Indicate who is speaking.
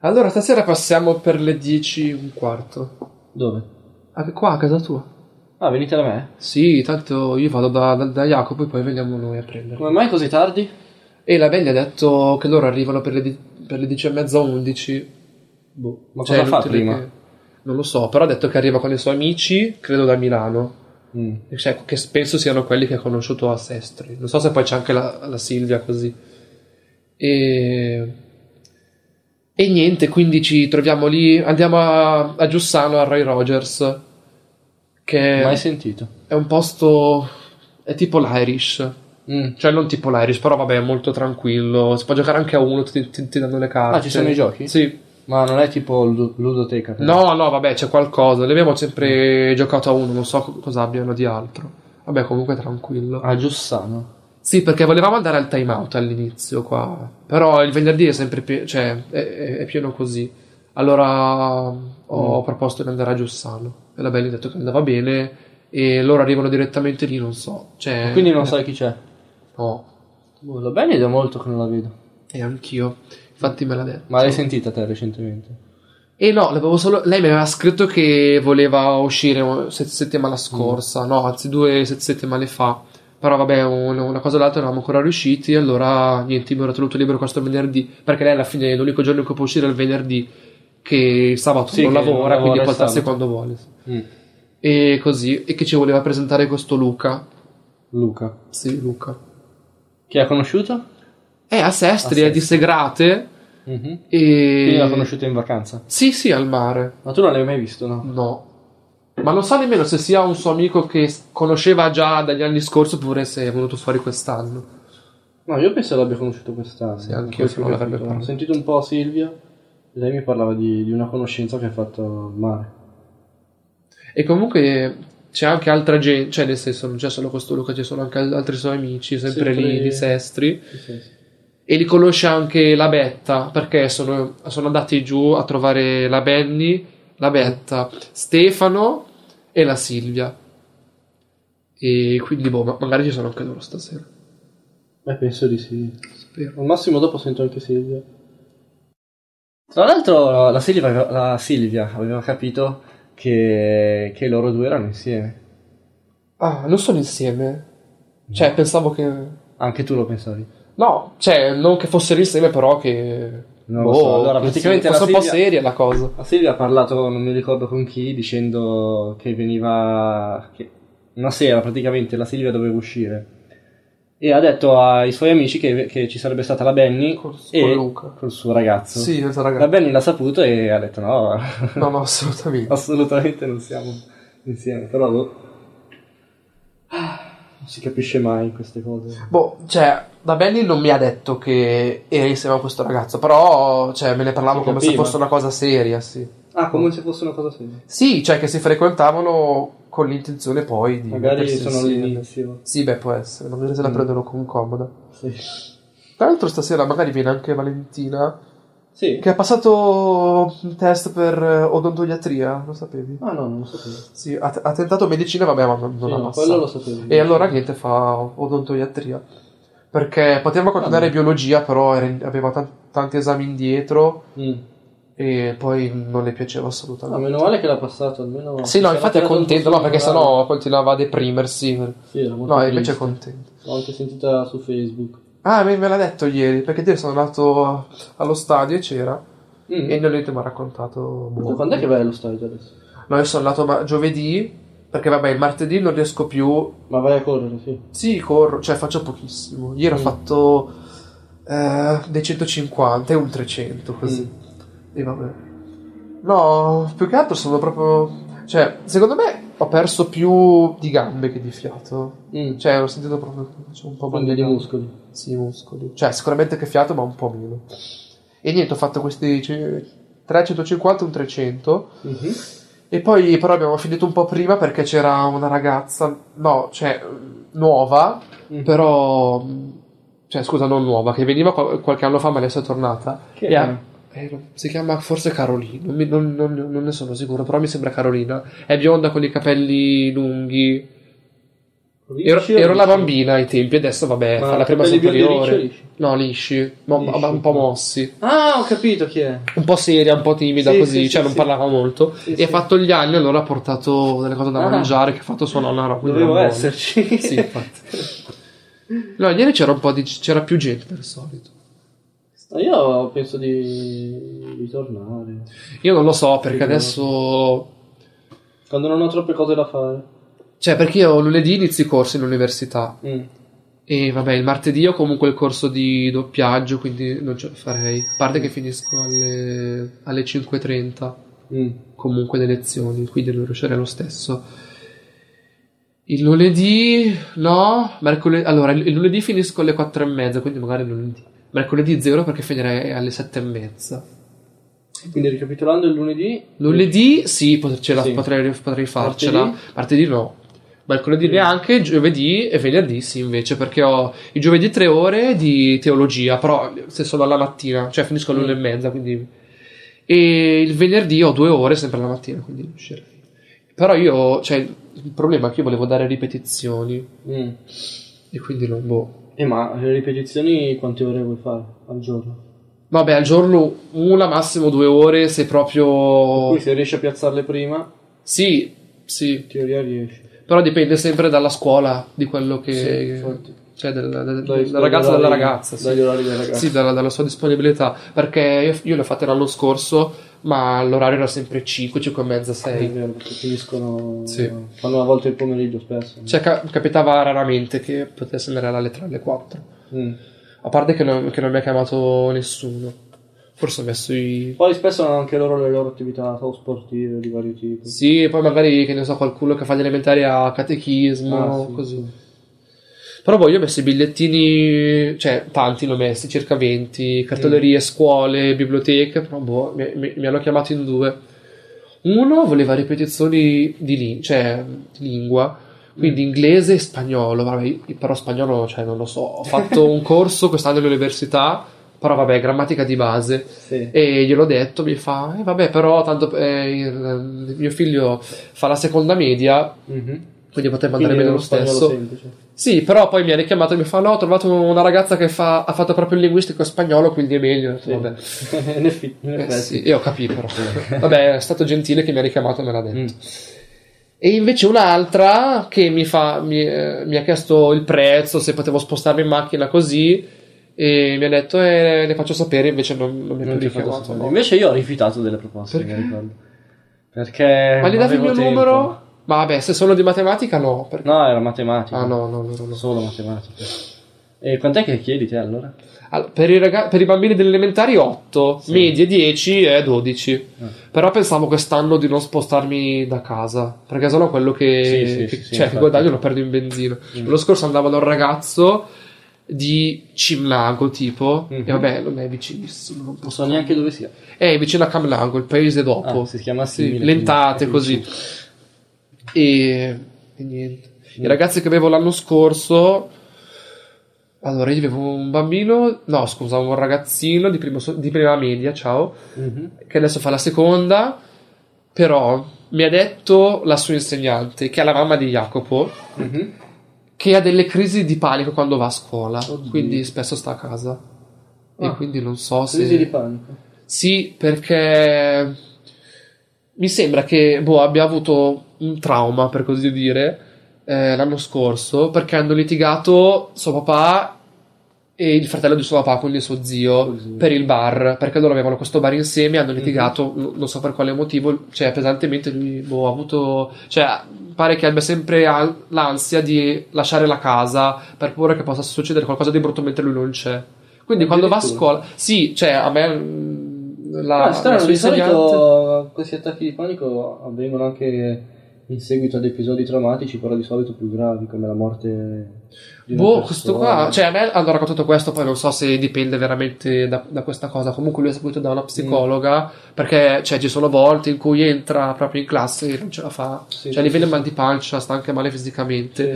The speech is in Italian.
Speaker 1: Allora, stasera passiamo per le 10 un quarto.
Speaker 2: Dove?
Speaker 1: Ah, qua a casa tua?
Speaker 2: Ah, venite da me?
Speaker 1: Sì, tanto io vado da, da- da Jacopo e poi veniamo noi a prenderlo.
Speaker 2: Come mai così tardi?
Speaker 1: E la Belli ha detto che loro arrivano per le, di- per le 10 e mezza 11. Boh,
Speaker 2: Ma cosa fa
Speaker 1: inutile
Speaker 2: prima?
Speaker 1: che- Non lo so, però ha detto che arriva con i suoi amici, credo da Milano.
Speaker 2: Mm.
Speaker 1: E cioè, che spesso siano quelli che ha conosciuto a Sestri. Non so se poi c'è anche la, la Silvia così. E... e niente, quindi ci troviamo lì. Andiamo a, a Giussano, a Roy Rogers. Che...
Speaker 2: Mai sentito?
Speaker 1: È un posto. È tipo l'Irish.
Speaker 2: Mm.
Speaker 1: Cioè, non tipo l'Irish, però vabbè, è molto tranquillo. Si può giocare anche a uno, ti, ti- ti danno le carte.
Speaker 2: Ah, ci sono i giochi? Eh.
Speaker 1: Sì.
Speaker 2: Ma non è tipo lu- ludoteca? però?
Speaker 1: No, no, vabbè, c'è qualcosa. Noi abbiamo sempre giocato a uno, non so co- cosa abbiano di altro. Vabbè, comunque tranquillo.
Speaker 2: A Giussano.
Speaker 1: Sì, perché volevamo andare al time out all'inizio qua. Però il venerdì è sempre pie- cioè, è, è- è pieno così. Allora mm, ho
Speaker 2: Mm.
Speaker 1: proposto di andare a Giussano. E la Belli ha detto che andava bene. E loro arrivano direttamente lì, non so. Cioè,
Speaker 2: Quindi non sai chi c'è?
Speaker 1: No,
Speaker 2: Boh, la Benny è da molto che non la vedo.
Speaker 1: e anch'io. Infatti me l'ha detto.
Speaker 2: Ma l'hai sentita te recentemente?
Speaker 1: E no, l'avevo solo... lei mi aveva scritto che voleva uscire se-
Speaker 2: Mm.
Speaker 1: settimana scorsa, no, anzi due se- settimane fa. Però vabbè, un- una cosa o l'altra non eravamo ancora riusciti, e allora niente, mi ero tenuto libero questo venerdì, perché lei alla fine è l'unico giorno in cui può uscire è il venerdì, che il sabato
Speaker 2: Sì,
Speaker 1: non
Speaker 2: che
Speaker 1: lavora,
Speaker 2: non lavora
Speaker 1: quindi
Speaker 2: il
Speaker 1: può alzarsi
Speaker 2: sabato.
Speaker 1: quando vuole.
Speaker 2: Mm.
Speaker 1: E così, e che ci voleva presentare questo Luca.
Speaker 2: Luca.
Speaker 1: Sì, Luca.
Speaker 2: Chi ha conosciuto?
Speaker 1: È a Sestri,
Speaker 2: A
Speaker 1: è di Segrate,
Speaker 2: Mhm. Quindi l'ha
Speaker 1: e...
Speaker 2: conosciuto in vacanza.
Speaker 1: Sì, sì, al mare.
Speaker 2: Ma tu non l'hai mai visto, no?
Speaker 1: No. Ma non so nemmeno se sia un suo amico che s- conosceva già dagli anni scorsi oppure se è venuto fuori quest'anno.
Speaker 2: No, io penso l'abbia conosciuto quest'anno.
Speaker 1: Sì, anche
Speaker 2: Poi
Speaker 1: io
Speaker 2: si
Speaker 1: se non l'avrebbe
Speaker 2: capito. Ho
Speaker 1: parlato.
Speaker 2: sentito un po' Silvia. Lei mi parlava di, di una conoscenza che ha fatto al mare.
Speaker 1: E comunque c'è anche altra gente, cioè nel senso non c'è solo questo Luca, ci sono anche al- altri suoi amici, sempre,
Speaker 2: Sempre-
Speaker 1: lì di Sestri. E li conosce anche la Betta, perché sono, sono andati giù a trovare la Benny, la Betta, Stefano e la Silvia. E quindi boh, ma- magari ci sono anche loro stasera.
Speaker 2: Beh, penso di sì.
Speaker 1: Spero.
Speaker 2: Al massimo dopo sento anche Silvia. Tra l'altro la Silvia, la Silvia aveva capito che, che loro due erano insieme.
Speaker 1: Ah, non sono insieme? Cioè, pensavo che...
Speaker 2: Anche tu lo pensavi.
Speaker 1: No, cioè, non che fossero insieme, però che. boh,
Speaker 2: Non lo so, boh, allora,
Speaker 1: che
Speaker 2: praticamente
Speaker 1: fosse
Speaker 2: la
Speaker 1: un po'
Speaker 2: Silvia-
Speaker 1: seria la cosa.
Speaker 2: La Silvia ha parlato, non mi ricordo con chi, dicendo che veniva. Che una sera praticamente la Silvia doveva uscire e ha detto ai suoi amici che, che ci sarebbe stata la Benny
Speaker 1: Col-
Speaker 2: e
Speaker 1: con Luca.
Speaker 2: col suo ragazzo.
Speaker 1: Sì, questa
Speaker 2: La
Speaker 1: ragazza.
Speaker 2: Benny l'ha saputo e ha detto: No,
Speaker 1: No, no, assolutamente.
Speaker 2: assolutamente non siamo insieme. Però boh. non si capisce mai queste cose.
Speaker 1: Boh, cioè, da Belli non mi ha detto che era insieme a questo ragazzo, però, cioè, me ne parlavo
Speaker 2: Si
Speaker 1: come se
Speaker 2: capiva.
Speaker 1: fosse una cosa seria, sì.
Speaker 2: Ah, come se fosse una cosa seria.
Speaker 1: Sì, cioè, che si frequentavano con l'intenzione poi di.
Speaker 2: Magari
Speaker 1: mettersi
Speaker 2: sono
Speaker 1: insieme.
Speaker 2: all'inizio.
Speaker 1: Sì, beh, può essere, magari se la
Speaker 2: Mm.
Speaker 1: prendono con comoda.
Speaker 2: Sì.
Speaker 1: Tra l'altro, stasera magari viene anche Valentina,
Speaker 2: Sì.
Speaker 1: che ha passato un test per eh, odontoiatria, lo sapevi?
Speaker 2: Ah, no, non lo sapevo.
Speaker 1: Sì, ha, ha tentato medicina, vabbè, ma non, non
Speaker 2: Sì,
Speaker 1: ha
Speaker 2: no,
Speaker 1: passato.
Speaker 2: quello lo sapevo.
Speaker 1: E allora niente, fa odontoiatria. Perché poteva continuare
Speaker 2: Ah, no.
Speaker 1: biologia, però era- aveva tan- tanti esami indietro
Speaker 2: Mm.
Speaker 1: e poi non le piaceva
Speaker 2: No,
Speaker 1: assolutamente.
Speaker 2: meno male che l'ha passato, almeno...
Speaker 1: sì, no,
Speaker 2: si
Speaker 1: infatti è
Speaker 2: era
Speaker 1: contento,
Speaker 2: tirato
Speaker 1: no,
Speaker 2: un po'
Speaker 1: perché
Speaker 2: sul morale.
Speaker 1: sennò continuava a deprimersi.
Speaker 2: Sì, era molto
Speaker 1: No, invece è
Speaker 2: triste.
Speaker 1: contento.
Speaker 2: L'ho anche sentita su Facebook.
Speaker 1: Ah, me, me l'ha detto ieri, perché ieri sono andato allo stadio e c'era.
Speaker 2: Mm.
Speaker 1: E niente, mi ha raccontato. boh.
Speaker 2: Quando è che vai allo stadio adesso?
Speaker 1: No, io sono andato ma- giovedì, perché vabbè, il martedì non riesco più
Speaker 2: Ma vai a correre, sì.
Speaker 1: Sì, corro, cioè faccio pochissimo. Ieri ho
Speaker 2: Mm.
Speaker 1: fatto eh, dei 150 e un 300 così.
Speaker 2: Mm.
Speaker 1: E vabbè. No, più che altro sono proprio... Cioè, secondo me ho perso più di gambe che di fiato.
Speaker 2: Mm. Mm.
Speaker 1: Cioè, ho sentito proprio che facevo un po' male
Speaker 2: Quindi
Speaker 1: alle
Speaker 2: di
Speaker 1: gambe.
Speaker 2: muscoli.
Speaker 1: Sì, muscoli. Cioè, sicuramente che fiato, ma un po' meno. E niente, ho fatto questi 350 e un 300.
Speaker 2: Mhm.
Speaker 1: E poi però abbiamo finito un po' prima perché c'era una ragazza, no, cioè, nuova,
Speaker 2: Mm.
Speaker 1: però mh, cioè scusa non nuova che veniva qual- qualche anno fa ma adesso è tornata
Speaker 2: Che
Speaker 1: E ha-
Speaker 2: era?
Speaker 1: eh, non- si chiama forse Carolina non, mi- non- non- non ne sono sicuro però mi sembra Carolina è bionda con i capelli lunghi Ero,
Speaker 2: Lisci o
Speaker 1: ero la
Speaker 2: lisci?
Speaker 1: bambina ai tempi, adesso vabbè,
Speaker 2: Ma
Speaker 1: Eh, fa la prima
Speaker 2: capelli biondi
Speaker 1: superiore.
Speaker 2: lisci o lisci?
Speaker 1: No, lisci, ma ma-
Speaker 2: Lisci.
Speaker 1: un po' mossi.
Speaker 2: Ah, ho capito chi è.
Speaker 1: Un po' seria, un po' timida,
Speaker 2: Sì,
Speaker 1: così,
Speaker 2: sì,
Speaker 1: cioè
Speaker 2: sì,
Speaker 1: non
Speaker 2: sì.
Speaker 1: parlava molto.
Speaker 2: Sì,
Speaker 1: e
Speaker 2: sì.
Speaker 1: ha fatto gli anni, allora ha portato delle cose da
Speaker 2: Ah.
Speaker 1: mangiare che ha fatto sua nonna. no, quindi
Speaker 2: Dovevo
Speaker 1: era buono.
Speaker 2: esserci.
Speaker 1: Sì, infatti. No, ieri c'era un po' di. c'era più gente del solito.
Speaker 3: Ma Io penso di ritornare.
Speaker 1: Io non lo so perché
Speaker 3: Sì,
Speaker 1: adesso.
Speaker 3: Quando non ho troppe cose da fare.
Speaker 1: Cioè, perché io lunedì inizio i corsi in università.
Speaker 3: Mm.
Speaker 1: E vabbè, il martedì ho comunque il corso di doppiaggio, quindi non ce la farei. A parte che finisco alle, alle 5.30,
Speaker 3: Mm.
Speaker 1: comunque le lezioni, quindi non riuscirei lo stesso. Il lunedì, no, mercoledì, allora il il lunedì finisco alle 4.30, quindi magari lunedì. Mercoledì zero perché finirei alle 7.30.
Speaker 3: Quindi ricapitolando il lunedì,
Speaker 1: Lunedì sì, pot- ce la-
Speaker 3: Sì.
Speaker 1: Potrei, potrei farcela. Martedì, no. Mercoledì neanche, giovedì e venerdì sì invece, perché ho i giovedì tre ore di teologia, però se sono alla mattina, cioè finisco all'una e mezza, quindi... E il venerdì ho due ore sempre alla mattina, quindi riuscirei. Però io, cioè, il problema è che io volevo dare ripetizioni
Speaker 3: Mm.
Speaker 1: e quindi non... Boh.
Speaker 3: Eh, ma le ripetizioni quante ore vuoi fare al giorno?
Speaker 1: Vabbè, al giorno una, massimo due ore, se proprio...
Speaker 3: Poi se riesci a piazzarle prima,
Speaker 1: Sì, sì,
Speaker 3: in teoria riesci.
Speaker 1: Però dipende sempre dalla scuola, di quello che.
Speaker 3: Sì, infatti.
Speaker 1: cioè, del, del-
Speaker 3: Dai-
Speaker 1: dalla
Speaker 3: dagli
Speaker 1: ragazza
Speaker 3: orari-
Speaker 1: dalla ragazza. Sì,
Speaker 3: Dagli orari della ragazza.
Speaker 1: Sì, dalla, dalla sua disponibilità. Perché io, io le ho fatte l'anno scorso, ma l'orario era sempre 5, 5 e mezza,
Speaker 3: È
Speaker 1: 6.
Speaker 3: vero, Eh, perché finiscono.
Speaker 1: Sì.
Speaker 3: Fanno una volta il pomeriggio spesso.
Speaker 1: Cioè, ca- capitava raramente che potesse andare alla lettera alle 4.
Speaker 3: Mm.
Speaker 1: A parte che non, che non mi ha chiamato nessuno. Forse ho messo i.
Speaker 3: Poi spesso hanno anche loro le loro attività sportive di vario tipo.
Speaker 1: Sì, e poi magari che ne so, qualcuno che fa gli elementari a catechismo,
Speaker 3: Ah, sì,
Speaker 1: così.
Speaker 3: sì.
Speaker 1: Però poi io ho messo i bigliettini, cioè tanti ne ho messi, circa 20,
Speaker 3: Mm.
Speaker 1: cartolerie, scuole, biblioteche, però boh, mi, mi- mi hanno chiamato in due. Uno voleva ripetizioni di, lin- cioè, di lingua, quindi
Speaker 3: Mm.
Speaker 1: inglese e spagnolo, vabbè, io- però spagnolo cioè, non lo so, ho fatto un corso quest'anno all'università, però vabbè, grammatica di base.
Speaker 3: Sì.
Speaker 1: E gliel'ho detto, mi fa, eh, vabbè, però tanto eh, il- il mio figlio fa la seconda media,
Speaker 3: Mhm.
Speaker 1: quindi poteva
Speaker 3: Quindi
Speaker 1: andare bene
Speaker 3: è
Speaker 1: lo
Speaker 3: uno spagnolo
Speaker 1: stesso.
Speaker 3: semplice.
Speaker 1: Sì, però poi mi ha richiamato e mi fa: No, ho trovato una ragazza che fa- ha fatto proprio il linguistico spagnolo, quindi è meglio. Ho detto, Vabbè.
Speaker 3: in effi- in
Speaker 1: Eh,
Speaker 3: effetti.
Speaker 1: sì, io ho capito, però. Vabbè, è stato gentile che mi ha richiamato e me l'ha detto.
Speaker 3: Mm.
Speaker 1: E invece un'altra che mi, fa, mi, eh, mi ha chiesto il prezzo, se potevo spostarmi in macchina così, e mi ha detto: eh, Le faccio sapere, invece non, non mi ha
Speaker 2: Non
Speaker 1: più
Speaker 2: ti ho fatto
Speaker 1: richiamato.
Speaker 2: sapere.
Speaker 1: no.
Speaker 2: Invece io ho rifiutato delle proposte,
Speaker 1: Perché?
Speaker 2: mi ricordo. Perché
Speaker 1: Ma gli
Speaker 2: non
Speaker 1: davi il
Speaker 2: avevo
Speaker 1: mio
Speaker 2: tempo.
Speaker 1: numero? Ma vabbè, se sono di matematica, no. Perché...
Speaker 2: No, era matematica.
Speaker 1: Ah, no, no, no, no. no.
Speaker 2: Solo matematica. E quant'è che chiedi te allora?
Speaker 1: Allora, per, i raga- per i bambini delle elementari 8,
Speaker 2: Sì.
Speaker 1: medie 10 e 12.
Speaker 2: Ah.
Speaker 1: Però pensavo quest'anno di non spostarmi da casa, perché sennò quello che,
Speaker 2: Sì, sì,
Speaker 1: che-
Speaker 2: sì, sì,
Speaker 1: cioè, che
Speaker 2: infatti.
Speaker 1: guadagno lo perdo in benzina.
Speaker 2: Mm.
Speaker 1: L'anno scorso andavo da un ragazzo di Cimlago, tipo,
Speaker 2: Mhm.
Speaker 1: e vabbè, non è vicinissimo. non
Speaker 3: Non
Speaker 1: posso- Eh,
Speaker 3: so neanche dove sia.
Speaker 1: È vicino a Camlago, il paese dopo.
Speaker 2: Ah, si chiama
Speaker 1: Sì,
Speaker 2: simile,
Speaker 1: lentate,
Speaker 2: quindi-
Speaker 1: così. E, e niente.
Speaker 2: Mm.
Speaker 1: I ragazzi che avevo l'anno scorso. Allora, io avevo un bambino, no, scusa, un ragazzino di, primo so- di prima media, ciao,
Speaker 2: Mhm.
Speaker 1: che adesso fa la seconda, però mi ha detto la sua insegnante, che è la mamma di Jacopo,
Speaker 2: Mhm.
Speaker 1: che ha delle crisi di panico quando va a scuola,
Speaker 3: Oddio.
Speaker 1: quindi spesso sta a casa.
Speaker 3: Ah.
Speaker 1: E quindi non so se...
Speaker 3: Crisi di panico.
Speaker 1: Sì, perché mi sembra che boh, abbia avuto un trauma, per così dire, eh, l'anno scorso, perché hanno litigato suo papà e il fratello di suo papà, quindi suo zio,
Speaker 3: Suo zio.
Speaker 1: per il bar, perché loro avevano questo bar insieme, hanno litigato, n- non so per quale motivo, cioè pesantemente lui boh, ha avuto, cioè pare che abbia sempre al- l'ansia di lasciare la casa per paura che possa succedere qualcosa di brutto mentre lui non c'è. Quindi quando va a
Speaker 3: Addirittura.
Speaker 1: scuola, sì, cioè a me mh, la,
Speaker 3: ah, strano,
Speaker 1: la sua
Speaker 3: di
Speaker 1: insegnante-
Speaker 3: solito questi attacchi di panico avvengono anche in seguito ad episodi traumatici, però di solito più gravi, come la morte di una
Speaker 1: Boh,
Speaker 3: persona.
Speaker 1: questo qua, cioè a me hanno raccontato questo, poi non so se dipende veramente da, da questa cosa. Comunque lui è seguito da una psicologa perché cioè, ci sono volte in cui entra proprio in classe e non ce la fa,
Speaker 3: Sì,
Speaker 1: cioè a
Speaker 3: sì,
Speaker 1: livello
Speaker 3: sì.
Speaker 1: mal di pancia, sta anche male fisicamente.